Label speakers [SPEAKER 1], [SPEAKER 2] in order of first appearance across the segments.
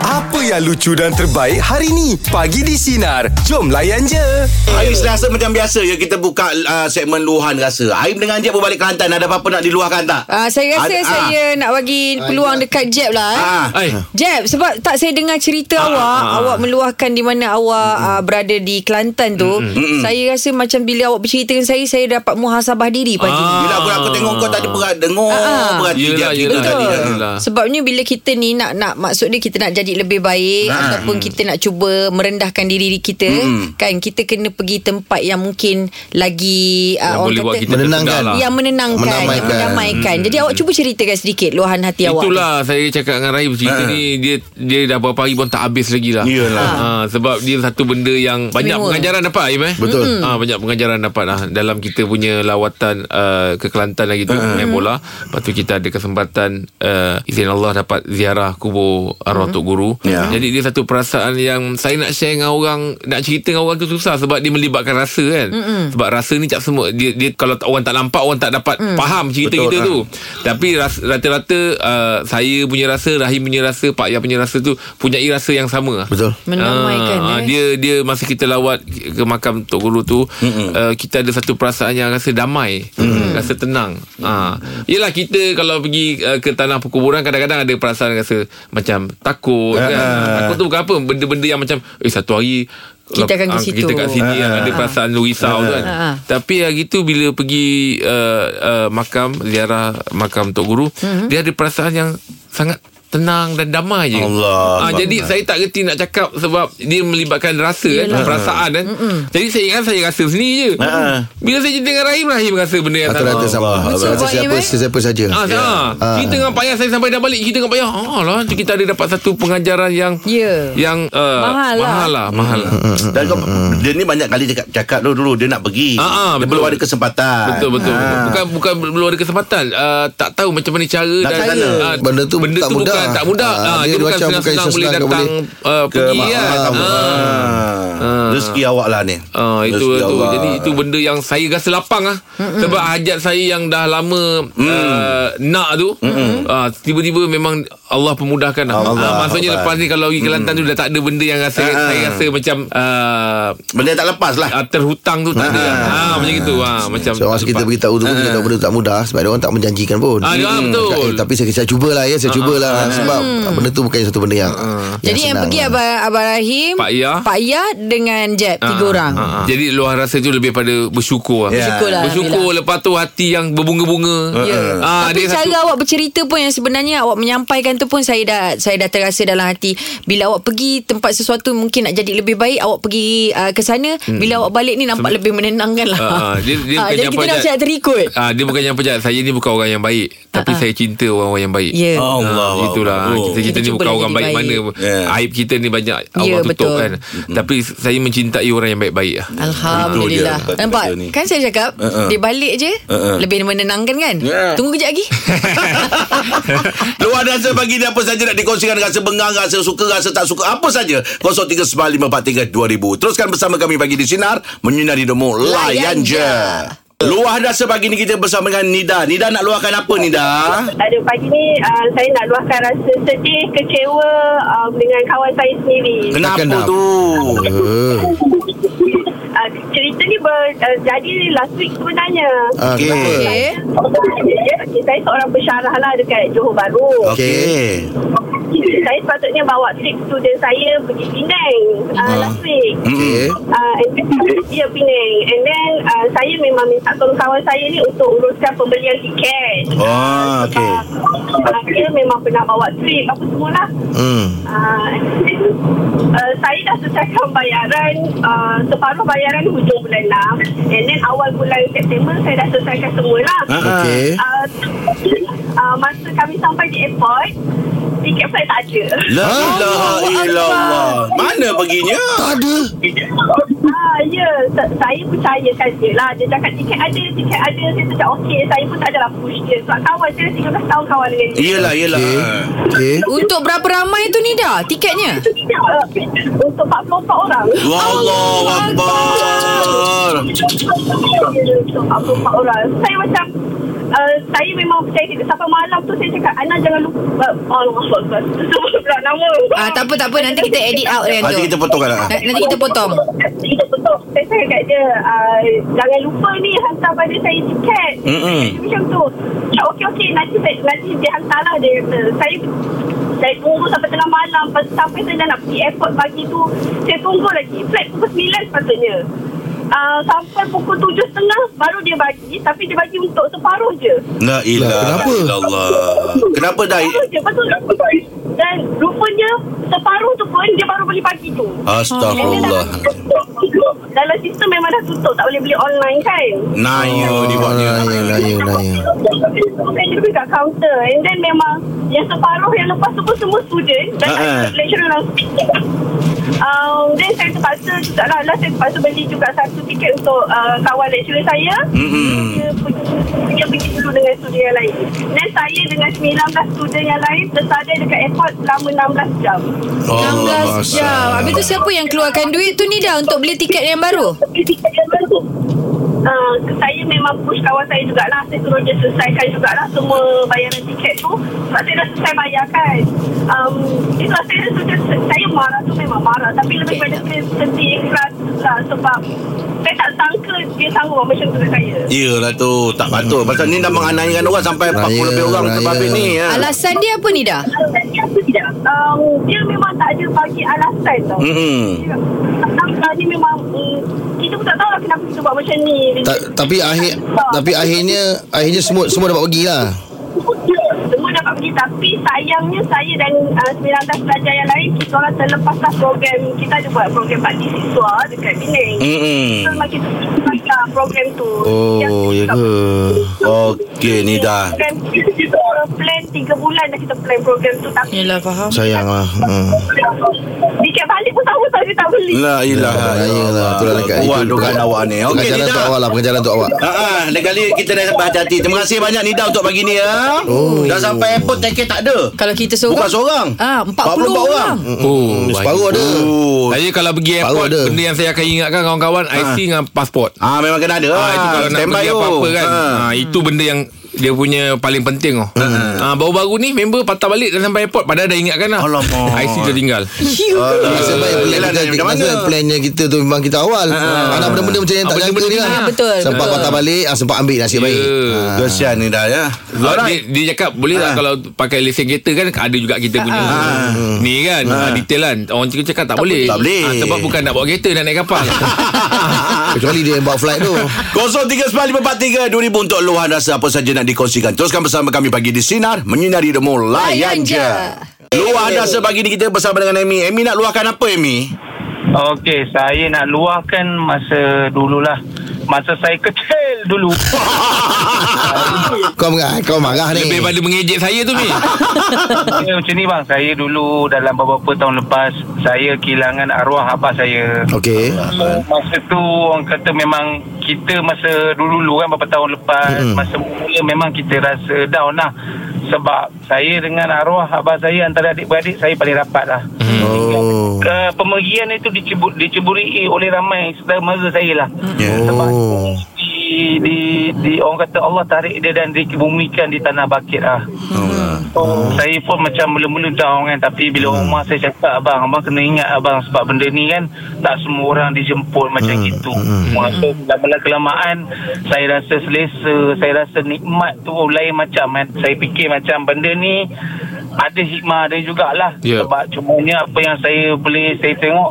[SPEAKER 1] Apa yang lucu dan terbaik hari ni? Pagi di Sinar. Jom layan je.
[SPEAKER 2] Hari Selasa macam biasa ya kita buka uh, segmen luahan rasa. Aim dengan Jeb berbalik Kelantan. Ada apa-apa nak diluahkan tak?
[SPEAKER 3] Ah, saya rasa
[SPEAKER 2] Ada- ah.
[SPEAKER 3] saya nak bagi
[SPEAKER 4] Ah,
[SPEAKER 3] peluang dekat Jeb lah eh.
[SPEAKER 2] Ah.
[SPEAKER 4] Hai.
[SPEAKER 3] Jeb sebab tak saya dengar cerita
[SPEAKER 4] Ah,
[SPEAKER 3] awak awak meluahkan di mana awak ah, berada di Kelantan tu saya rasa macam bila awak bercerita dengan saya saya dapat muhasabah diri pagi
[SPEAKER 4] Ah,
[SPEAKER 3] ni
[SPEAKER 2] Bila aku aku tengok kau tak ada perhati dengar
[SPEAKER 3] Ah.
[SPEAKER 2] perhati
[SPEAKER 4] Yelah,
[SPEAKER 2] dia.
[SPEAKER 4] yelah,
[SPEAKER 2] Betul.
[SPEAKER 4] yelah.
[SPEAKER 3] Sebabnya bila kita ni nak nak maksud dia kita nak jadi lebih
[SPEAKER 2] Ha.
[SPEAKER 3] baik ataupun kita nak cuba merendahkan diri kita kan kita kena pergi tempat yang mungkin lagi
[SPEAKER 4] Yang
[SPEAKER 3] ah,
[SPEAKER 4] boleh buat kita
[SPEAKER 5] Menenangkan.
[SPEAKER 4] tertegang lah.
[SPEAKER 3] yang menenangkan
[SPEAKER 5] Menamaikan.
[SPEAKER 3] yang mendamaikan. Jadi awak cuba ceritakan sedikit luahan hati awak.
[SPEAKER 4] Itulah saya cakap dengan Rahim cerita
[SPEAKER 2] Ha.
[SPEAKER 4] ni dia dia dah berapa hari pun tak habis lagi lah.
[SPEAKER 2] Iyalah.
[SPEAKER 4] Ha. sebab dia satu benda yang banyak
[SPEAKER 3] Istimewa.
[SPEAKER 4] pengajaran dapat Aim eh.
[SPEAKER 5] Betul.
[SPEAKER 3] Hmm.
[SPEAKER 4] Mm. Ha, banyak pengajaran dapat lah dalam kita punya lawatan uh, ke Kelantan lagi tu
[SPEAKER 2] Ha.
[SPEAKER 4] main bola. Lepas tu kita ada kesempatan uh, izin Allah dapat ziarah kubur arwah Tok Guru.
[SPEAKER 2] Ya.
[SPEAKER 4] Jadi dia satu perasaan yang saya nak share dengan orang nak cerita dengan orang tu susah sebab dia melibatkan rasa kan. Sebab rasa ni tak semua dia dia kalau orang tak nampak orang tak dapat faham cerita
[SPEAKER 2] Betul,
[SPEAKER 4] kita
[SPEAKER 2] ha.
[SPEAKER 4] tu. Tapi ras, rata-rata uh, saya punya rasa, Rahim punya rasa, Pak Yah punya rasa tu punyai rasa yang sama.
[SPEAKER 5] Betul.
[SPEAKER 3] Menamaikan,
[SPEAKER 4] Ah,
[SPEAKER 3] eh.
[SPEAKER 4] Dia dia masa kita lawat ke makam Tok Guru tu, uh, kita ada satu perasaan yang rasa damai, rasa tenang. Ha. Yalah kita kalau pergi uh, ke tanah perkuburan kadang-kadang ada perasaan rasa macam takut kan. Takut tu bukan apa, benda-benda yang macam eh satu hari
[SPEAKER 3] Kita akan ke
[SPEAKER 4] ah,
[SPEAKER 3] situ.
[SPEAKER 4] Kita kat sini
[SPEAKER 2] Ah.
[SPEAKER 4] yang ada perasaan lu risau tu kan.
[SPEAKER 3] Ah.
[SPEAKER 4] Tapi hari tu bila pergi uh, uh, makam ziarah makam Tok Guru,
[SPEAKER 3] Mhm.
[SPEAKER 4] mm-hmm. dia ada perasaan yang sangat tenang dan damai je.
[SPEAKER 2] Allah.
[SPEAKER 4] Ah, jadi saya tak reti nak cakap sebab dia melibatkan rasa kan,
[SPEAKER 3] Yelah.
[SPEAKER 4] perasaan kan. Jadi saya ingat saya rasa sendiri je.
[SPEAKER 2] Ah.
[SPEAKER 4] Bila saya cerita dengan Rahim, Rahim rasa benda yang
[SPEAKER 5] Rata-rata sama
[SPEAKER 3] Betul,
[SPEAKER 5] Rata
[SPEAKER 3] Pak
[SPEAKER 5] siapa
[SPEAKER 3] Im, eh?
[SPEAKER 5] Sesiapa saja
[SPEAKER 4] Ah, yeah.
[SPEAKER 5] Ah.
[SPEAKER 4] Kita dengan Pak Yah Saya sampai dah balik Kita dengan Pak Yah ah, lah, Kita ada dapat satu pengajaran yang
[SPEAKER 3] Ya.
[SPEAKER 4] Yang uh,
[SPEAKER 3] Mahal lah.
[SPEAKER 4] Mahal lah, mahal lah.
[SPEAKER 2] Ah. Dan kau, dia ni banyak kali cakap, cakap dulu, dulu dia nak pergi.
[SPEAKER 4] Ah, ah,
[SPEAKER 2] dia
[SPEAKER 4] betul.
[SPEAKER 2] belum ada kesempatan.
[SPEAKER 4] Betul betul.
[SPEAKER 2] Ah.
[SPEAKER 4] Ha. Bukan bukan belum ada kesempatan. Uh, tak tahu macam mana cara
[SPEAKER 2] Nak
[SPEAKER 4] dan
[SPEAKER 2] cara.
[SPEAKER 4] ah,
[SPEAKER 5] Benda tu
[SPEAKER 4] benda
[SPEAKER 5] tak
[SPEAKER 4] tu
[SPEAKER 5] mudah.
[SPEAKER 4] Bukan, tak mudah.
[SPEAKER 5] Ah,
[SPEAKER 4] Ha,
[SPEAKER 5] dia
[SPEAKER 4] dia, bukan
[SPEAKER 5] macam bukan
[SPEAKER 4] senang-senang boleh
[SPEAKER 5] senang kau
[SPEAKER 4] datang uh,
[SPEAKER 2] Ke
[SPEAKER 4] pergi
[SPEAKER 2] mak-
[SPEAKER 4] kan.
[SPEAKER 2] ah, ah.
[SPEAKER 4] Ah.
[SPEAKER 2] Rezeki awak lah ni.
[SPEAKER 4] Ah,
[SPEAKER 5] Ya,
[SPEAKER 4] itu
[SPEAKER 2] Rezeki
[SPEAKER 4] tu.
[SPEAKER 2] awak.
[SPEAKER 4] Jadi itu benda yang saya rasa lapang ah. Sebab hajat saya yang dah lama
[SPEAKER 5] Hmm.
[SPEAKER 4] uh, nak tu ah, tiba-tiba memang Allah pemudahkan lah.
[SPEAKER 2] Allah,
[SPEAKER 4] Ah, maksudnya
[SPEAKER 2] Allah.
[SPEAKER 4] lepas ni kalau
[SPEAKER 5] Hmm.
[SPEAKER 4] pergi Kelantan tu dah tak ada benda yang rasa
[SPEAKER 2] Ah.
[SPEAKER 4] saya rasa macam uh,
[SPEAKER 2] Benda tak lepas lah.
[SPEAKER 4] ah, terhutang tu tak ada. Ha macam gitu. Ha macam
[SPEAKER 5] So masa kita
[SPEAKER 4] lepas-
[SPEAKER 5] beritahu dulu Kita tahu benda tu tak mudah Sebab dia orang tak menjanjikan pun
[SPEAKER 4] Ah, ya,
[SPEAKER 5] Hmm.
[SPEAKER 4] betul. Ah,
[SPEAKER 5] Cakap, eh, Tapi saya, saya cubalah ya Saya cubalah Sebab benda tu bukan satu benda yang yang
[SPEAKER 3] Jadi yang
[SPEAKER 5] senang
[SPEAKER 3] pergi
[SPEAKER 5] lah.
[SPEAKER 3] Abang, Abang Rahim
[SPEAKER 4] Pak Yah.
[SPEAKER 3] Pak Yah dengan Jeb Tiga
[SPEAKER 4] Ah,
[SPEAKER 3] orang
[SPEAKER 4] ah, ah. Jadi luar rasa tu lebih pada bersyukur.
[SPEAKER 2] Ya.
[SPEAKER 4] Yeah.
[SPEAKER 3] Syukurlah
[SPEAKER 4] Bersyukur lepas tu hati yang berbunga-bunga.
[SPEAKER 3] lah, Ya.
[SPEAKER 4] Ah,
[SPEAKER 3] Tapi
[SPEAKER 4] dia
[SPEAKER 3] cara
[SPEAKER 4] satu-
[SPEAKER 3] awak bercerita pun yang sebenarnya awak menyampaikan tu pun saya dah saya dah terasa dalam hati. Bila awak pergi tempat sesuatu mungkin nak jadi lebih baik, awak pergi uh, ke sana, bila awak balik ni nampak lebih menenangkan lah.
[SPEAKER 4] Hmm. Ah, ah, dia- dia
[SPEAKER 3] Ah,
[SPEAKER 4] bukan
[SPEAKER 3] jadi kita
[SPEAKER 4] jawapan
[SPEAKER 3] nak
[SPEAKER 4] dia-
[SPEAKER 3] macam terikut.
[SPEAKER 4] Ah, dia bukan yang pejat. Saya ni bukan orang yang baik, tapi saya cinta orang-orang yang baik.
[SPEAKER 3] Ah, Ya.
[SPEAKER 2] Oh, Allah.
[SPEAKER 4] Ah, itulah
[SPEAKER 2] Allah.
[SPEAKER 4] kita kita
[SPEAKER 3] Kita
[SPEAKER 4] ni bukan
[SPEAKER 3] cubalah
[SPEAKER 4] orang
[SPEAKER 3] jadi
[SPEAKER 4] baik,
[SPEAKER 3] baik.
[SPEAKER 4] mana
[SPEAKER 2] Ya.
[SPEAKER 4] aib kita ni banyak Allah
[SPEAKER 3] Ya,
[SPEAKER 4] tutup
[SPEAKER 3] betul.
[SPEAKER 4] kan tapi saya mencintai orang yang baik-baik lah
[SPEAKER 3] Alhamdulillah
[SPEAKER 2] Itu dia,
[SPEAKER 3] Nampak
[SPEAKER 2] kata ni.
[SPEAKER 3] Kan saya cakap
[SPEAKER 2] Uh-uh.
[SPEAKER 3] Dia balik je
[SPEAKER 2] Uh-uh.
[SPEAKER 3] Lebih menenangkan kan
[SPEAKER 2] Yeah.
[SPEAKER 3] Tunggu kejap lagi
[SPEAKER 2] Luar rasa pagi ni apa saja nak dikongsikan Rasa bengang, rasa suka, rasa tak suka Apa saja 0395432000 Teruskan bersama kami pagi di Sinar Menyinari Demo Layan
[SPEAKER 3] Layan
[SPEAKER 2] je
[SPEAKER 3] je.
[SPEAKER 2] Luar rasa pagi ni kita bersama dengan Nida Nida nak luahkan apa Nida?
[SPEAKER 6] Ada pagi ni uh, saya nak luahkan rasa sedih, kecewa um, dengan kawan saya sendiri.
[SPEAKER 2] Kenapa
[SPEAKER 5] Kenapa?
[SPEAKER 2] tu?
[SPEAKER 5] Eh,
[SPEAKER 6] Uh, cerita ni berjadi uh, last week sebenarnya. Ya,
[SPEAKER 5] ah,
[SPEAKER 2] Okey.
[SPEAKER 5] Kenapa
[SPEAKER 3] Okay
[SPEAKER 6] Okay, saya seorang pensyarah lah dekat Johor Bahru.
[SPEAKER 2] Okey
[SPEAKER 6] Saya sepatutnya bawa trip student saya pergi Penang uh, last week.
[SPEAKER 5] Okey.
[SPEAKER 6] Uh, and then, ya Penang And then uh, Saya memang minta tolong kawan saya ni Untuk uruskan pembelian tiket
[SPEAKER 2] Ah, okey.
[SPEAKER 6] uh, Dia memang pernah bawa trip Apa semua lah
[SPEAKER 5] Hmm.
[SPEAKER 6] Ah, uh, saya dah selesaikan bayaran uh, separuh bayaran hujung bulan 6 and then awal bulan September saya dah selesaikan semualah
[SPEAKER 2] Ah, ah.
[SPEAKER 5] Okey
[SPEAKER 6] uh, uh, masa kami sampai di airport tiket flight tak ada
[SPEAKER 2] La
[SPEAKER 5] Ah.
[SPEAKER 2] ilaha illallah Mana perginya?
[SPEAKER 5] Tak ada
[SPEAKER 6] ah, ya sa- saya percaya saja lah dia cakap tiket ada tiket ada saya cakap okey saya pun tak adalah push dia sebab kawan saya 13 tahun kawan dengan dia
[SPEAKER 2] Yelah, yelah
[SPEAKER 5] Okey Okey
[SPEAKER 3] Untuk berapa ramai tu ni dah Tiketnya
[SPEAKER 6] Uh, untuk 44 orang
[SPEAKER 2] Wallahu Akbar
[SPEAKER 6] Untuk 44 orang Saya macam uh, saya memang percaya kita sampai malam tu saya cakap Ana jangan lupa Eh, oh, Allah Allah sebut pula nama
[SPEAKER 3] Ah, tak apa tak apa nanti kita edit out kan tu.
[SPEAKER 2] Nanti kita potongkan lah.
[SPEAKER 3] Na- Nanti kita potong.
[SPEAKER 6] Kita potong Saya cakap kat dia uh, Jangan lupa ni Hantar pada saya tiket
[SPEAKER 2] Mm-mm.
[SPEAKER 6] Dia Macam tu Cak okey okey Nanti, saya- nanti dia hantar lah Dia kata Saya saya tunggu sampai tengah malam Lepas tu sampai saya dah nak pergi airport pagi tu Saya tunggu lagi Flight pukul 9 sepatutnya uh, Sampai pukul 7.30 Baru dia bagi Tapi dia bagi untuk separuh je
[SPEAKER 2] La ilaha
[SPEAKER 5] Lah, Kenapa?
[SPEAKER 2] illallah. Kenapa dah?
[SPEAKER 6] Separuh je Lepas tu Dan rupanya Separuh tu pun Dia baru beli pagi tu
[SPEAKER 2] Astagfirullah.
[SPEAKER 6] dalam sistem memang dah tutup Tak boleh beli online kan
[SPEAKER 2] Naya
[SPEAKER 5] Oh, Ah,
[SPEAKER 2] dia buatnya.
[SPEAKER 5] Naya, naya, naya.
[SPEAKER 6] Saya pergi kat kaunter And then memang Yang separuh yang lepas tu pun semua student Dan
[SPEAKER 2] Ha, ha.
[SPEAKER 6] uh-huh. lecturer langsung Um, then saya terpaksa juga lah, lah saya terpaksa beli juga satu tiket untuk uh, kawan lecturer saya
[SPEAKER 2] Mm-mm.
[SPEAKER 6] dia pergi, dia pergi dulu dengan student yang lain dan saya dengan 19 student yang lain tersadar dekat airport selama 16 jam
[SPEAKER 2] Oh,
[SPEAKER 3] 16 jam. Habis tu siapa yang keluarkan duit tu ni dah untuk beli tiket yang baru?
[SPEAKER 6] Uh, saya memang push kawan saya jugalah Saya suruh dia selesaikan jugalah Semua bayaran tiket tu Sebab saya dah selesai bayar kan um, Itulah saya rasa saya, saya marah tu memang marah Tapi lebih pada saya sedih ikhlas lah Sebab saya tak sangka dia sanggup buat macam tu dengan saya
[SPEAKER 2] Yelah tu Tak patut Pasal ni dah menganiakan orang Sampai 40
[SPEAKER 5] Raya,
[SPEAKER 2] lebih orang
[SPEAKER 5] raya.
[SPEAKER 2] Sebab ni ya.
[SPEAKER 3] Alasan dia apa ni dah?
[SPEAKER 6] Alasan dia apa tidak um, Dia memang tak ada bagi alasan tau
[SPEAKER 2] Hmm. Mm-mm.
[SPEAKER 6] Dia, dia memang mm, Kita pun tak tahu lah kenapa kita buat macam ni
[SPEAKER 5] Ta- tapi akhir tapi akhirnya akhirnya semua semua dapat pergi lah.
[SPEAKER 6] Semua dapat pergi Tapi sayangnya Saya dan uh, 19 pelajar yang lain Kita orang terlepaslah program Kita ada buat program bakti siswa Dekat Penang
[SPEAKER 2] Mm-mm.
[SPEAKER 6] So memang kita terlepaslah program tu
[SPEAKER 5] Oh, ya ke?
[SPEAKER 2] Okey ni dah
[SPEAKER 6] Program kita, kita orang plan 3 bulan dah kita plan program tu Tapi
[SPEAKER 3] Yalah faham.
[SPEAKER 5] Sayang lah. Hmm.
[SPEAKER 6] Tiket balik pun sama saja tak beli
[SPEAKER 2] La ilaha
[SPEAKER 5] Raya lah. Itulah dekat
[SPEAKER 2] Kuat dokan awak ni Okey
[SPEAKER 5] Pengajaran untuk
[SPEAKER 2] Nida
[SPEAKER 5] awak lah, pengajaran untuk awak.
[SPEAKER 2] Ah, ah, lain kali kita dah sampai hati-hati. Terima kasih banyak Nida untuk pagi ni ya. Oh. Dah sampai airport tiket tak ada.
[SPEAKER 3] Kalau kita seorang.
[SPEAKER 2] Bukan seorang.
[SPEAKER 3] Ah, 40,
[SPEAKER 2] 44
[SPEAKER 3] orang.
[SPEAKER 2] orang.
[SPEAKER 4] Oh, baik.
[SPEAKER 5] Separuh ada.
[SPEAKER 2] Oh.
[SPEAKER 4] Saya kalau pergi
[SPEAKER 5] Baru
[SPEAKER 4] airport
[SPEAKER 5] ada.
[SPEAKER 4] Benda yang saya akan ingatkan Kawan-kawan IC dengan pasport
[SPEAKER 2] Ah memang kena ada.
[SPEAKER 4] Ah, itu kalau nak
[SPEAKER 2] Standby
[SPEAKER 4] pergi
[SPEAKER 2] tu.
[SPEAKER 4] apa-apa kan.
[SPEAKER 2] Ah.
[SPEAKER 4] Ah. itu benda yang dia punya paling penting oh. Ah, baru-baru ni member patah balik dan sampai airport padahal dah ingatkan lah.
[SPEAKER 2] Alamak.
[SPEAKER 4] IC tertinggal.
[SPEAKER 2] Hmm. Ah.
[SPEAKER 5] Nasib baik
[SPEAKER 2] yelah, dah-
[SPEAKER 5] plan kita,
[SPEAKER 2] dah
[SPEAKER 5] nasib baik
[SPEAKER 2] mana?
[SPEAKER 5] plannya kita tu memang kita awal. Ha. Anak benda-benda macam yang tak
[SPEAKER 4] Ah,
[SPEAKER 5] jangka ni kan.
[SPEAKER 3] ni, ah, betul,
[SPEAKER 5] Sempat
[SPEAKER 3] betul.
[SPEAKER 5] patah balik, ah, sempat ambil nasib baik.
[SPEAKER 4] Ya.
[SPEAKER 2] Kesian Nida ya.
[SPEAKER 4] Sebab dia, dia cakap boleh tak kalau pakai lesen kereta kan ada juga kita punya ni kan ah, detail kan orang cakap, cakap tak, boleh,
[SPEAKER 2] Tak boleh.
[SPEAKER 4] Ah, sebab bukan nak bawa kereta nak naik kapal
[SPEAKER 5] Kecuali dia yang bawa flight tu.
[SPEAKER 2] 0395432000 untuk luahan rasa apa saja nak dikongsikan. Teruskan bersama kami pagi di Sinar menyinari demo layan
[SPEAKER 3] Layan
[SPEAKER 2] je.
[SPEAKER 3] je.
[SPEAKER 2] Luahan rasa pagi ni kita bersama dengan Amy. Amy nak luahkan apa Amy?
[SPEAKER 7] Okey, saya nak luahkan masa dululah. Masa saya kecil dulu.
[SPEAKER 5] Kau marah, kau marah ni.
[SPEAKER 4] lebih pada mengejek saya tu ni
[SPEAKER 7] saya macam ni bang, saya dulu dalam beberapa tahun lepas, saya kehilangan arwah abah saya.
[SPEAKER 5] Okey.
[SPEAKER 7] Masa tu orang kata memang kita masa dulu-dulu kan beberapa tahun lepas,
[SPEAKER 5] Mm-mm.
[SPEAKER 7] masa mula memang kita rasa down lah. Sebab saya dengan arwah abah saya antara adik-beradik saya paling rapat lah.
[SPEAKER 5] Oh.
[SPEAKER 7] Uh, pemergian itu dicebur, diceburii oleh ramai saudara mara saya lah.
[SPEAKER 5] Oh.
[SPEAKER 7] di, di, di orang kata Allah tarik dia dan dikebumikan di tanah bakit lah.
[SPEAKER 2] Hmm.
[SPEAKER 7] Oh. Saya pun macam mula-mula down kan tapi bila hmm. rumah saya cakap abang abang kena ingat abang sebab benda ni kan tak semua orang dijemput macam
[SPEAKER 5] Hmm.
[SPEAKER 7] gitu.
[SPEAKER 5] Hmm.
[SPEAKER 7] Masa lama kelamaan saya rasa selesa, saya rasa nikmat tu lain macam kan. Saya fikir macam benda ni ada hikmah dia jugalah
[SPEAKER 4] Ya.
[SPEAKER 7] sebab cumanya apa yang saya boleh saya tengok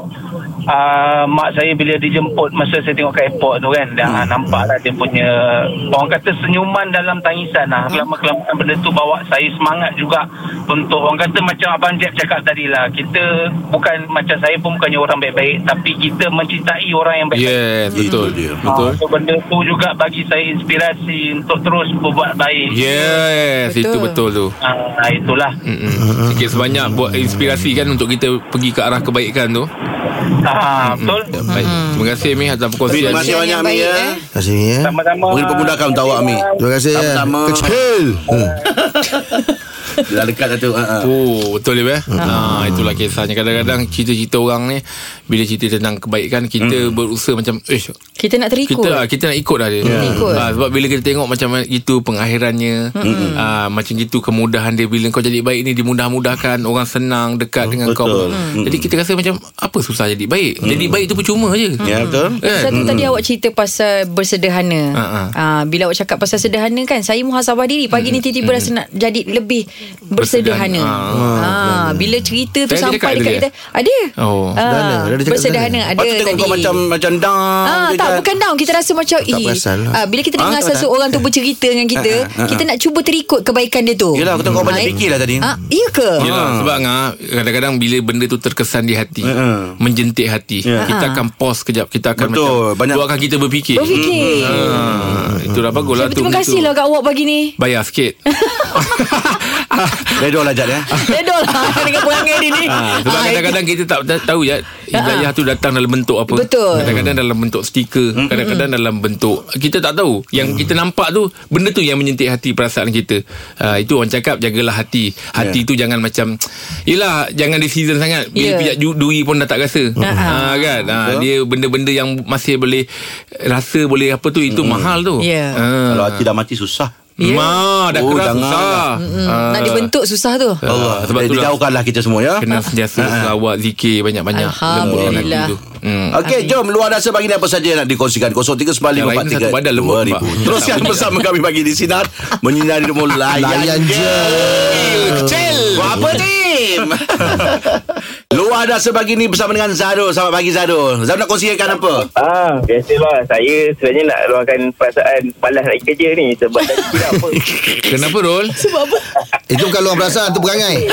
[SPEAKER 7] uh, mak saya bila dijemput masa saya tengok kat airport tu kan dah hmm. nampaklah dia punya orang kata senyuman dalam tangisan lah
[SPEAKER 4] Hmm.
[SPEAKER 7] lama-kelamaan benda tu bawa saya semangat juga untuk orang kata macam Abang Jeb cakap tadi lah kita bukan macam saya pun bukannya orang baik-baik tapi kita mencintai orang yang baik-baik
[SPEAKER 4] yes
[SPEAKER 2] Itu
[SPEAKER 4] betul
[SPEAKER 2] dia.
[SPEAKER 4] Ya, betul
[SPEAKER 7] Ah, so benda tu juga bagi saya inspirasi untuk terus berbuat baik
[SPEAKER 4] Ya. yes
[SPEAKER 3] Betul.
[SPEAKER 4] itu betul tu
[SPEAKER 7] Ah, itulah
[SPEAKER 4] Mm-mm. Sikit sebanyak Buat inspirasi kan Untuk kita pergi ke arah kebaikan tu
[SPEAKER 7] ah, betul
[SPEAKER 4] Ya,
[SPEAKER 3] Hmm.
[SPEAKER 4] baik. Terima kasih Mi Atas perkongsian
[SPEAKER 2] Terima
[SPEAKER 4] ni.
[SPEAKER 2] kasih banyak
[SPEAKER 3] Yang
[SPEAKER 2] Amy
[SPEAKER 3] baik,
[SPEAKER 2] ya.
[SPEAKER 3] eh.
[SPEAKER 5] Terima kasih ya.
[SPEAKER 7] sama-sama
[SPEAKER 2] Mungkin permudahkan untuk awak Amy.
[SPEAKER 5] Terima kasih.
[SPEAKER 2] Sama-sama.
[SPEAKER 5] Kecil. Hmm.
[SPEAKER 2] Dah dekat dah tu. Ha, ha.
[SPEAKER 4] Oh betul dia eh?
[SPEAKER 3] Hmm.
[SPEAKER 4] ha, Itulah kisahnya Kadang-kadang cerita-cerita orang ni Bila cerita tentang
[SPEAKER 2] Hmm.
[SPEAKER 4] kebaikan Kita berusaha macam Eh
[SPEAKER 3] Kita nak terikut
[SPEAKER 4] kita ah, kita nak ikut lah dia.
[SPEAKER 3] Nak Hmm, ikut. Hmm.
[SPEAKER 4] Ah, sebab bila kita tengok macam mana itu pengakhirannya, ah, macam gitu kemudahan dia bila kau jadi baik ni dimudah-mudahkan, orang senang dekat dengan kau.
[SPEAKER 2] Hmm, betul.
[SPEAKER 3] Hmm.
[SPEAKER 2] Hmm.
[SPEAKER 4] Jadi kita rasa macam apa susah jadi baik? Jadi baik tu percuma je.
[SPEAKER 2] Ya betul.
[SPEAKER 4] Kan?
[SPEAKER 3] Hmm. Satu tadi awak cerita pasal bersederhana.
[SPEAKER 4] Ha, ha.
[SPEAKER 3] Ah, bila awak cakap pasal sederhana kan, saya muhasabah diri. Pagi ni tiba-tiba rasa nak jadi lebih bersederhana.
[SPEAKER 4] Bersederhana. Ah,
[SPEAKER 3] Ha, bila cerita tu
[SPEAKER 4] Saya ada
[SPEAKER 3] sampai
[SPEAKER 4] cakap
[SPEAKER 3] dekat
[SPEAKER 4] tu
[SPEAKER 3] kita. Ada.
[SPEAKER 4] Oh.
[SPEAKER 3] Ah,
[SPEAKER 5] Sederhana. Dia ada cakap
[SPEAKER 3] bersederhana ada
[SPEAKER 2] Lepas tu tengok
[SPEAKER 3] tadi.
[SPEAKER 2] kau macam macam down.
[SPEAKER 3] Ah,
[SPEAKER 2] kejap.
[SPEAKER 3] tak bukan down Kita rasa macam
[SPEAKER 5] Tak
[SPEAKER 3] eh,
[SPEAKER 5] perasan lah.
[SPEAKER 3] ah, Bila kita dengar
[SPEAKER 2] Ah, tak
[SPEAKER 3] seseorang tu bercerita dengan kita
[SPEAKER 2] Ah, ah, ah,
[SPEAKER 3] Kita nak cuba terikut kebaikan dia tu
[SPEAKER 2] Yelah, aku tengok kau banyak
[SPEAKER 3] Ah, eh.
[SPEAKER 2] fikir lah tadi.
[SPEAKER 3] ah, Iya ke?
[SPEAKER 4] Yelah, sebab ngah kadang-kadang bila benda tu terkesan di hati,
[SPEAKER 2] Mm-mm.
[SPEAKER 4] menjentik hati,
[SPEAKER 2] Ah. Ya.
[SPEAKER 4] kita akan pause kejap, kita akan
[SPEAKER 2] Betul,
[SPEAKER 4] macam
[SPEAKER 2] banyak-
[SPEAKER 4] buatkan kita berfikir.
[SPEAKER 3] Berfikir
[SPEAKER 4] Ah, itulah baguslah
[SPEAKER 3] Saya
[SPEAKER 4] tu.
[SPEAKER 3] berterima
[SPEAKER 4] benda
[SPEAKER 3] kasih
[SPEAKER 4] tu.
[SPEAKER 3] lah kat awak pagi ni
[SPEAKER 4] Bayar sikit.
[SPEAKER 2] Redor lah Jad ya.
[SPEAKER 3] Redor lah Dengan perangai dia ni
[SPEAKER 4] Ha, sebab
[SPEAKER 3] Ah,
[SPEAKER 4] kadang-kadang kita tak tak tahu ya hidayah tu datang dalam bentuk apa.
[SPEAKER 3] Betul.
[SPEAKER 4] Kadang-kadang dalam bentuk stiker, kadang-kadang dalam bentuk kita tak tahu. Yang
[SPEAKER 2] Mm.
[SPEAKER 4] kita nampak tu benda tu yang menyentik hati perasaan kita. Ha, itu orang cakap jagalah hati. Hati tu jangan macam yalah jangan decision sangat. Bila
[SPEAKER 3] Ya.
[SPEAKER 4] pijak ju- duri pun dah tak rasa.
[SPEAKER 3] Ah,
[SPEAKER 4] Ha kan. Ha,
[SPEAKER 2] Betul.
[SPEAKER 4] dia benda-benda yang masih boleh rasa boleh apa tu
[SPEAKER 2] Mm.
[SPEAKER 4] itu mahal tu.
[SPEAKER 3] Ya.
[SPEAKER 4] Ha.
[SPEAKER 2] Kalau hati dah mati susah.
[SPEAKER 3] Ya.
[SPEAKER 4] Ma dah
[SPEAKER 2] Oh,
[SPEAKER 4] keras Ah.
[SPEAKER 2] jangan
[SPEAKER 4] susah.
[SPEAKER 3] Mm, Nak dibentuk susah tu
[SPEAKER 2] Allah,
[SPEAKER 4] sebab
[SPEAKER 2] sebab
[SPEAKER 4] itulah.
[SPEAKER 2] dijauhkanlah Eh, kita semua ya.
[SPEAKER 4] Kena
[SPEAKER 5] Ha,
[SPEAKER 4] sentiasa selawat zikir banyak-banyak. Lembutkan hati
[SPEAKER 3] Alhamdulillah.
[SPEAKER 4] tu. Hmm.
[SPEAKER 5] Ah.
[SPEAKER 2] Okey, jom luar dasar bagi ni apa saja yang nak dikongsikan 0395432000.
[SPEAKER 4] Yang lain satu badan lembut, Pak.
[SPEAKER 2] Teruskan bersama kami bagi di sinar menyinari demo layan
[SPEAKER 5] Layan je.
[SPEAKER 2] Kecil. Buat apa tim? luar dasar bagi ni bersama dengan Zarul. Selamat pagi Zarul. Zarul nak kongsikan apa?
[SPEAKER 7] Ah, biasalah. Saya sebenarnya nak luahkan perasaan balas nak kerja ni sebab dah kira apa.
[SPEAKER 4] Kenapa Rol?
[SPEAKER 5] Itu bukan luar perasaan Itu perangai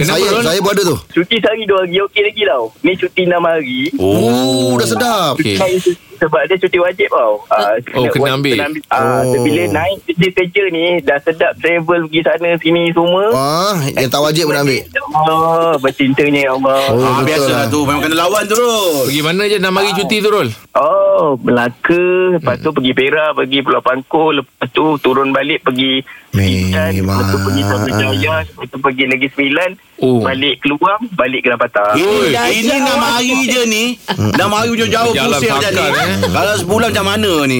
[SPEAKER 4] Kenapa
[SPEAKER 5] Saya
[SPEAKER 4] Rol?
[SPEAKER 5] saya pun ada tu
[SPEAKER 7] Cuti sehari dua hari okey lagi tau. Ni cuti enam hari.
[SPEAKER 5] Oh dah sedap
[SPEAKER 4] Okey.
[SPEAKER 7] Saya cuti- sebab dia cuti wajib tau. Ah,
[SPEAKER 4] Oh, kena ambil.
[SPEAKER 7] Ah,
[SPEAKER 5] Oh.
[SPEAKER 7] oh. Bila naik kerja kerja ni dah sedap travel pergi sana sini semua.
[SPEAKER 5] Ah, Yang tak wajib pun ambil
[SPEAKER 7] Allah, bercintanya ya Allah.
[SPEAKER 5] Oh,
[SPEAKER 2] Ah,
[SPEAKER 5] betul
[SPEAKER 2] biasalah
[SPEAKER 5] lah.
[SPEAKER 2] tu. Memang kena lawan terus.
[SPEAKER 4] Pergi mana je 6 hari cuti tu Rol?
[SPEAKER 7] Oh, Melaka, lepas
[SPEAKER 4] Hmm.
[SPEAKER 7] tu pergi Perak, pergi Pulau Pangkor, lepas tu turun balik pergi Bintan, lepas tu pergi
[SPEAKER 5] Memang.
[SPEAKER 7] Tamanjaya, lepas tu pergi Negeri Sembilan,
[SPEAKER 4] Oh.
[SPEAKER 7] balik keluar, balik Gerah Patah.
[SPEAKER 2] Eh, ini nama hari je ni Nama hari jauh-jauh
[SPEAKER 4] Berjalan
[SPEAKER 2] pusing macam ni
[SPEAKER 4] sangkan, eh.
[SPEAKER 2] Kalau sebulan macam mana ni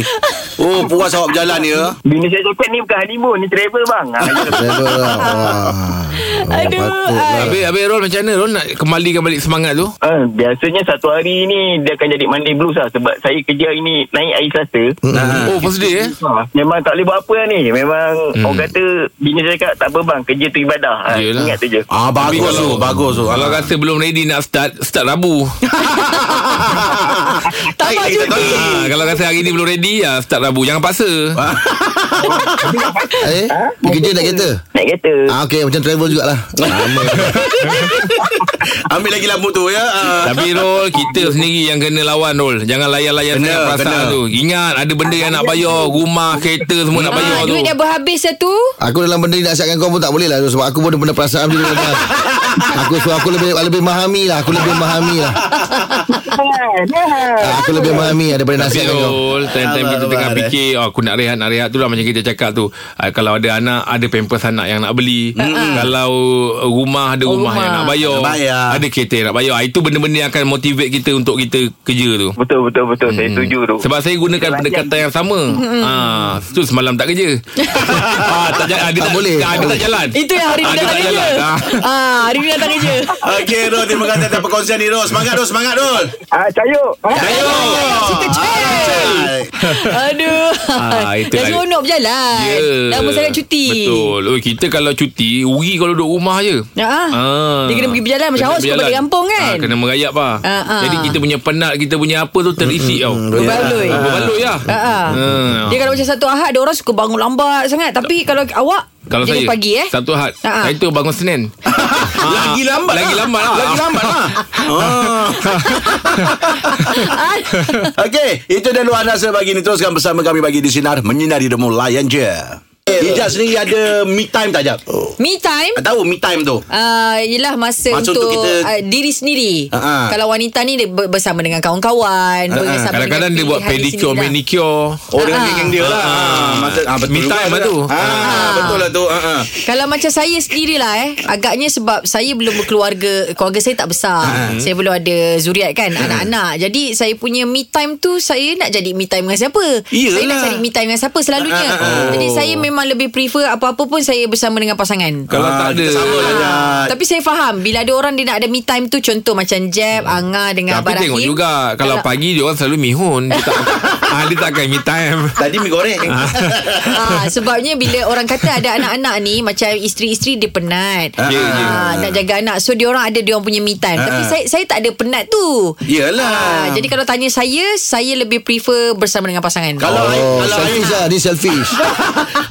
[SPEAKER 2] Oh puas awak berjalan ya
[SPEAKER 7] Bila saya cakap ni bukan honeymoon, ni travel bang. Ha, ya.
[SPEAKER 5] Travel lah Wah. Oh,
[SPEAKER 3] Aduh,
[SPEAKER 5] patutlah.
[SPEAKER 4] Habis, habis Rol macam mana Rol nak kembalikan balik semangat tu?
[SPEAKER 7] Ah, biasanya satu hari ni dia akan jadi Monday blues lah sebab saya kerja hari ni naik hari Selasa.
[SPEAKER 2] ha.
[SPEAKER 4] Ah. Oh first day eh?
[SPEAKER 7] Ha, memang tak boleh buat apa lah ni. Memang
[SPEAKER 4] Hmm.
[SPEAKER 7] orang kata bini saya cakap tak apa bang, kerja tu ibadah. Ha,
[SPEAKER 4] Yelah.
[SPEAKER 7] ingat tu je.
[SPEAKER 2] Ah bagus tu Bagus tu
[SPEAKER 4] Kalau rasa belum ready nak start Start Rabu
[SPEAKER 3] Tak apa cuti
[SPEAKER 4] ha, Kalau rasa hari ni belum ready ya, Start Rabu Jangan paksa
[SPEAKER 5] Eh Kerja nak kereta
[SPEAKER 7] Ha? Naik kereta.
[SPEAKER 5] Ah, okay, macam travel jugalah
[SPEAKER 2] ah, Ambil lagi lampu tu ya Ah.
[SPEAKER 4] Tapi Rol Kita sendiri yang kena lawan Rol Jangan layan-layan
[SPEAKER 2] Kena,
[SPEAKER 4] sangat perasaan
[SPEAKER 2] kena.
[SPEAKER 4] tu Ingat ada benda yang nak bayar Rumah, kereta semua nak bayar
[SPEAKER 3] Ah,
[SPEAKER 4] tu
[SPEAKER 3] duit dah berhabis dah tu
[SPEAKER 5] Aku dalam benda ni nak siapkan kau pun tak boleh lah Sebab aku pun ada pernah perasaan macam tu lepas. Aku so aku lebih lebih memahami lah Aku lebih memahami lah
[SPEAKER 6] Kan?
[SPEAKER 5] Ah, Aku lebih memahami daripada nasihat kau
[SPEAKER 4] Betul Time-time kita tengah fikir oh, Aku nak rehat Nak rehat tu lah Macam kita cakap tu Ah, Kalau ada anak Ada pampers anak yang nak beli Kalau rumah Ada
[SPEAKER 3] Oh,
[SPEAKER 4] rumah, yang
[SPEAKER 3] rumah.
[SPEAKER 4] nak bayar,
[SPEAKER 2] Nak bayar.
[SPEAKER 4] Ada kereta yang nak bayar Ah, Itu benda-benda yang akan motivate kita Untuk kita kerja tu
[SPEAKER 7] Betul betul betul saya setuju tu.
[SPEAKER 4] Hmm. sebab saya gunakan
[SPEAKER 7] Layan.
[SPEAKER 4] pendekatan yang sama. Ha, tu semalam tak kerja. ha, tak, ja- ada
[SPEAKER 5] Tak boleh.
[SPEAKER 4] Ada tak jalan.
[SPEAKER 3] Itu kan. yang hari ni
[SPEAKER 4] Ada
[SPEAKER 3] dah tak
[SPEAKER 4] tak
[SPEAKER 3] kerja
[SPEAKER 4] jalan. Ah.
[SPEAKER 3] Ah, Hari ni dah tak kerja
[SPEAKER 2] Okey Rol Terima kasih atas perkongsian ni Rol Semangat Rol Semangat Ah, Rol
[SPEAKER 7] Ah, cayuk.
[SPEAKER 2] Ayo
[SPEAKER 3] Aduh
[SPEAKER 4] Ah, itu
[SPEAKER 3] Dah
[SPEAKER 4] lah.
[SPEAKER 3] seronok berjalan
[SPEAKER 4] Ya.
[SPEAKER 3] Lama sangat cuti
[SPEAKER 4] Betul. Oh, kita kalau cuti, rugi kalau duduk rumah je.
[SPEAKER 3] Ya, ah. Dia kena pergi berjalan. Macam
[SPEAKER 4] Kena
[SPEAKER 3] awak suka
[SPEAKER 4] berjalan.
[SPEAKER 3] balik kampung kan?
[SPEAKER 4] Ah, kena merayap lah.
[SPEAKER 3] Ah, ah.
[SPEAKER 4] Jadi kita punya penat, kita punya apa tu terisi tau.
[SPEAKER 3] Berbaloi.
[SPEAKER 4] Ah, Berbaloi lah.
[SPEAKER 3] Ah, ah.
[SPEAKER 4] Ah.
[SPEAKER 3] Dia kalau macam satu ahad Dia orang suka bangun lambat sangat Tapi kalau awak
[SPEAKER 4] Kalau
[SPEAKER 3] jadi
[SPEAKER 4] saya
[SPEAKER 3] pagi eh
[SPEAKER 4] Satu had
[SPEAKER 3] Ah, ah.
[SPEAKER 4] Saya tu bangun Senin
[SPEAKER 2] Lagi lambat
[SPEAKER 4] Lagi
[SPEAKER 2] lah.
[SPEAKER 4] lambat lah
[SPEAKER 2] Lagi lambat lah Ah.
[SPEAKER 3] Ah.
[SPEAKER 2] Okey Itu dia luar nasa pagi ni Teruskan bersama kami bagi di Sinar Menyinari Demo Layan Je Eh, Ijaz sendiri ada me time tak Jab?
[SPEAKER 3] Me time
[SPEAKER 2] Tak tahu me time tu.
[SPEAKER 3] Uh, yelah masa,
[SPEAKER 2] Masa
[SPEAKER 3] untuk,
[SPEAKER 2] untuk kita-
[SPEAKER 3] uh, diri sendiri
[SPEAKER 4] Ah,
[SPEAKER 2] Ha-ha.
[SPEAKER 3] Kalau wanita ni dia ber- bersama dengan kawan-kawan
[SPEAKER 2] Ha-ha.
[SPEAKER 3] bersama
[SPEAKER 4] Kadang-kadang dia
[SPEAKER 3] dengan
[SPEAKER 4] buat
[SPEAKER 3] pilihan
[SPEAKER 4] pedicure,
[SPEAKER 3] sendiri lah.
[SPEAKER 4] manicure.
[SPEAKER 2] Oh dengan
[SPEAKER 3] Ah.
[SPEAKER 2] geng dia lah.
[SPEAKER 4] Ah.
[SPEAKER 2] Masa, ah, betul
[SPEAKER 4] Me
[SPEAKER 2] juga
[SPEAKER 4] time lah
[SPEAKER 2] tu.
[SPEAKER 4] tu.
[SPEAKER 2] Ah, betul lah tu. Ah, ah.
[SPEAKER 3] Kalau macam saya sendirilah eh Agaknya sebab saya belum berkeluarga Keluarga saya tak besar
[SPEAKER 4] Ha.
[SPEAKER 3] Saya belum ada zuriat kan Anak-anak Jadi saya punya me time tu Saya nak jadi me time dengan siapa Saya nak
[SPEAKER 2] Iyalah.
[SPEAKER 3] cari me time dengan siapa selalunya
[SPEAKER 4] Ha,
[SPEAKER 3] Jadi
[SPEAKER 4] Oh.
[SPEAKER 3] saya memang lebih prefer Apa-apa pun saya bersama dengan pasangan
[SPEAKER 4] Kalau
[SPEAKER 2] Ah,
[SPEAKER 4] tak ada
[SPEAKER 2] kita sama lah
[SPEAKER 4] Ha.
[SPEAKER 2] Jad.
[SPEAKER 3] Tapi saya faham Bila ada orang dia nak ada me time tu Contoh macam Jeb Anga dengan
[SPEAKER 4] Hmm. Tapi
[SPEAKER 3] Abang
[SPEAKER 4] tengok
[SPEAKER 3] Rahim.
[SPEAKER 4] juga Kalau pagi dia orang selalu mihun Dia tak, ah, dia tak akan me time
[SPEAKER 2] Tadi mi goreng.
[SPEAKER 3] Ah, sebabnya bila orang kata ada anak-anak ni macam isteri-isteri dia penat.
[SPEAKER 4] Ha,
[SPEAKER 2] Ah, ya, ya.
[SPEAKER 3] Ah, nak jaga anak. So dia orang ada dia orang punya me time. Tapi
[SPEAKER 4] ha.
[SPEAKER 2] Ah.
[SPEAKER 3] saya saya tak ada penat tu.
[SPEAKER 2] Yalah.
[SPEAKER 3] Ah, jadi kalau tanya saya, saya lebih prefer bersama dengan pasangan.
[SPEAKER 2] Kalau
[SPEAKER 5] Oh,
[SPEAKER 2] Aim- kalau
[SPEAKER 5] selfish lah Ni selfish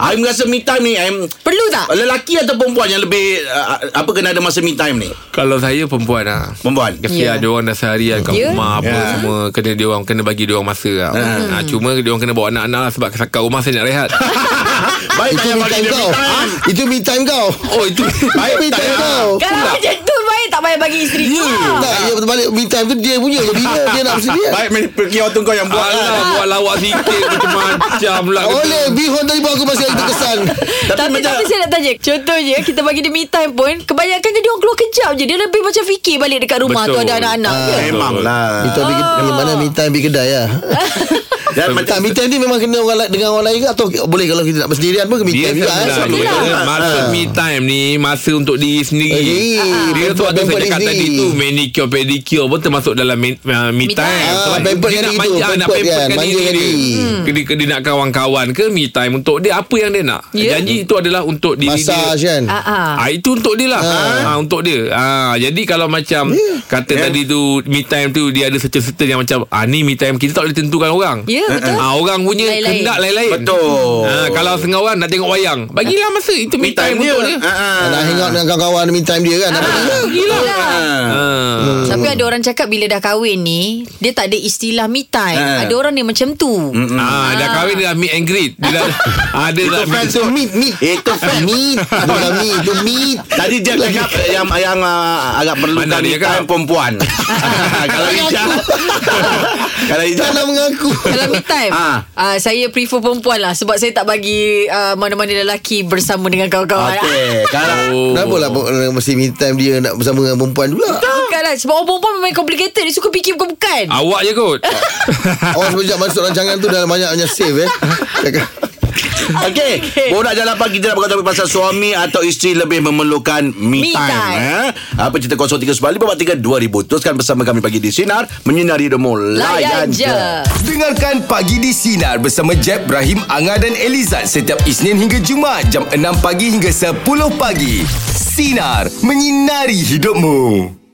[SPEAKER 2] Aim rasa me time ni Aim
[SPEAKER 3] Perlu tak?
[SPEAKER 2] lelaki atau perempuan yang lebih ah, apa kena ada masa me time ni?
[SPEAKER 4] Kalau saya perempuan lah
[SPEAKER 2] Perempuan.
[SPEAKER 4] Kasi
[SPEAKER 3] Ya.
[SPEAKER 4] yeah. ada orang dah seharian kat
[SPEAKER 3] Ya.
[SPEAKER 4] yeah. rumah
[SPEAKER 2] Ya.
[SPEAKER 4] apa yeah. semua kena dia orang kena bagi dia orang masa lah.
[SPEAKER 5] Ya.
[SPEAKER 4] Ha, cuma dia orang kena bawa anak-anak lah sebab kat rumah saya nak rehat.
[SPEAKER 2] Baik tak
[SPEAKER 5] Itu
[SPEAKER 2] payah
[SPEAKER 5] me
[SPEAKER 2] bagi dia me time.
[SPEAKER 5] time kau Ah, Itu me time kau
[SPEAKER 4] oh itu
[SPEAKER 5] Baik me time kau
[SPEAKER 3] Kalau macam tu baik tak payah bagi isteri.
[SPEAKER 4] Ya.
[SPEAKER 3] Yeah.
[SPEAKER 5] Tak dia berbalik Me time tu dia punya Jadi dia, dia nak mesti dia
[SPEAKER 2] Baik main pergi waktu kau yang buat
[SPEAKER 4] Alah
[SPEAKER 2] lah.
[SPEAKER 4] buat lawak sikit macam-macam lah.
[SPEAKER 5] Oleh Bihon tadi pun aku masih lagi terkesan
[SPEAKER 3] Tapi, tapi,
[SPEAKER 2] macam-
[SPEAKER 3] saya nak tanya Contohnya Kita bagi dia me time pun Kebanyakan jadi orang keluar kejap je Dia lebih macam fikir balik Dekat rumah
[SPEAKER 4] Betul.
[SPEAKER 3] tu ada anak-anak je.
[SPEAKER 2] Memang lah.
[SPEAKER 5] Itu pergi pergi mana me time pergi kedai lah
[SPEAKER 2] Dan
[SPEAKER 5] Tak
[SPEAKER 2] macam
[SPEAKER 5] me time ni memang kena orang lain, dengan orang lain ke Atau boleh kalau kita nak bersendirian pun ke me
[SPEAKER 4] Dia
[SPEAKER 5] time juga eh? Ah.
[SPEAKER 4] sebenarnya
[SPEAKER 5] Sebab-
[SPEAKER 4] dia kan? Masa me time ni Masa untuk diri sendiri
[SPEAKER 5] Ha. Eh,
[SPEAKER 4] Dia tu
[SPEAKER 5] pamper-
[SPEAKER 4] ada
[SPEAKER 5] pamper
[SPEAKER 4] saya cakap
[SPEAKER 5] diri
[SPEAKER 4] tadi
[SPEAKER 5] sendiri.
[SPEAKER 4] tu Manicure pedicure pun termasuk dalam me, uh, me
[SPEAKER 3] Me time.
[SPEAKER 4] time
[SPEAKER 5] Ah,
[SPEAKER 4] Sebab
[SPEAKER 5] pamper
[SPEAKER 4] dia
[SPEAKER 5] diri
[SPEAKER 4] nak
[SPEAKER 5] tu,
[SPEAKER 4] manja Nak
[SPEAKER 5] pamper
[SPEAKER 4] pamperkan
[SPEAKER 5] kan,
[SPEAKER 4] diri
[SPEAKER 5] manja
[SPEAKER 4] dia
[SPEAKER 5] diri.
[SPEAKER 4] Dia- Dia nak kawan-kawan ke Me time untuk dia Apa yang dia nak
[SPEAKER 3] Ya.
[SPEAKER 4] Janji itu adalah untuk diri
[SPEAKER 5] Massage
[SPEAKER 4] dia
[SPEAKER 5] kan
[SPEAKER 3] Ah, ah.
[SPEAKER 4] Ah itu untuk dia lah. Ah. ah untuk dia. Ah jadi kalau macam
[SPEAKER 3] Eh.
[SPEAKER 4] yeah. kata yeah. tadi tu me time tu dia ada certain-certain yang macam ah ni me time kita tak boleh tentukan orang.
[SPEAKER 3] Ya, betul.
[SPEAKER 4] Ah orang punya
[SPEAKER 3] Lain-lain.
[SPEAKER 4] kendak lain-lain.
[SPEAKER 2] Betul.
[SPEAKER 4] Ah kalau setengah orang nak tengok wayang, bagilah
[SPEAKER 3] Ah.
[SPEAKER 4] masa itu me time, untuk dia.
[SPEAKER 2] Ah, ah.
[SPEAKER 5] Nak hang out dengan kawan-kawan Me time dia kan Apa dia?
[SPEAKER 4] Gila.
[SPEAKER 2] Ah.
[SPEAKER 4] Ah.
[SPEAKER 3] Tapi ada orang cakap Bila dah kahwin ni Dia tak ada istilah me time
[SPEAKER 2] Ah.
[SPEAKER 3] Ada orang dia macam tu
[SPEAKER 4] Ah, dah kahwin dia dah meet and greet. Dia dah ada
[SPEAKER 2] Itu
[SPEAKER 4] dah
[SPEAKER 2] friends
[SPEAKER 5] Itu meet meet Ah,
[SPEAKER 2] Itu friend.
[SPEAKER 5] Meet Bukan meet Itu meet
[SPEAKER 2] Tadi dia cakap yang yang uh, agak perlukan
[SPEAKER 4] Mana
[SPEAKER 2] ni
[SPEAKER 4] dia cakap?
[SPEAKER 2] time perempuan. Kalau Ijaz Kalau Ijaz
[SPEAKER 5] Jangan mengaku
[SPEAKER 3] Kalau me time
[SPEAKER 2] Ah.
[SPEAKER 3] ah, Saya prefer perempuan lah Sebab saya tak bagi ah, Mana-mana lelaki Bersama dengan kawan-kawan
[SPEAKER 2] Okey, kalau
[SPEAKER 4] Oh.
[SPEAKER 5] Kenapa lah eh, Mesti me time dia Nak bersama dengan perempuan pula
[SPEAKER 3] Bukanlah Sebab orang perempuan memang complicated Dia suka fikir bukan-bukan
[SPEAKER 4] Awak je kot.
[SPEAKER 5] Awak sejak masuk rancangan tu Dah banyaknya save eh Cakap
[SPEAKER 2] Okey, borak jalan pagi kita nak berkata pasal suami atau isteri lebih memerlukan me
[SPEAKER 3] Me
[SPEAKER 2] time.
[SPEAKER 3] time.
[SPEAKER 2] Eh? Apa cerita 0395432000. Teruskan bersama kami pagi di sinar menyinari demo layan
[SPEAKER 3] Layan je
[SPEAKER 1] Dengarkan Pagi di Sinar bersama Jeb, Ibrahim, Anga dan Elizad setiap Isnin hingga Jumaat jam 6 pagi hingga 10 pagi. Sinar, menyinari hidupmu.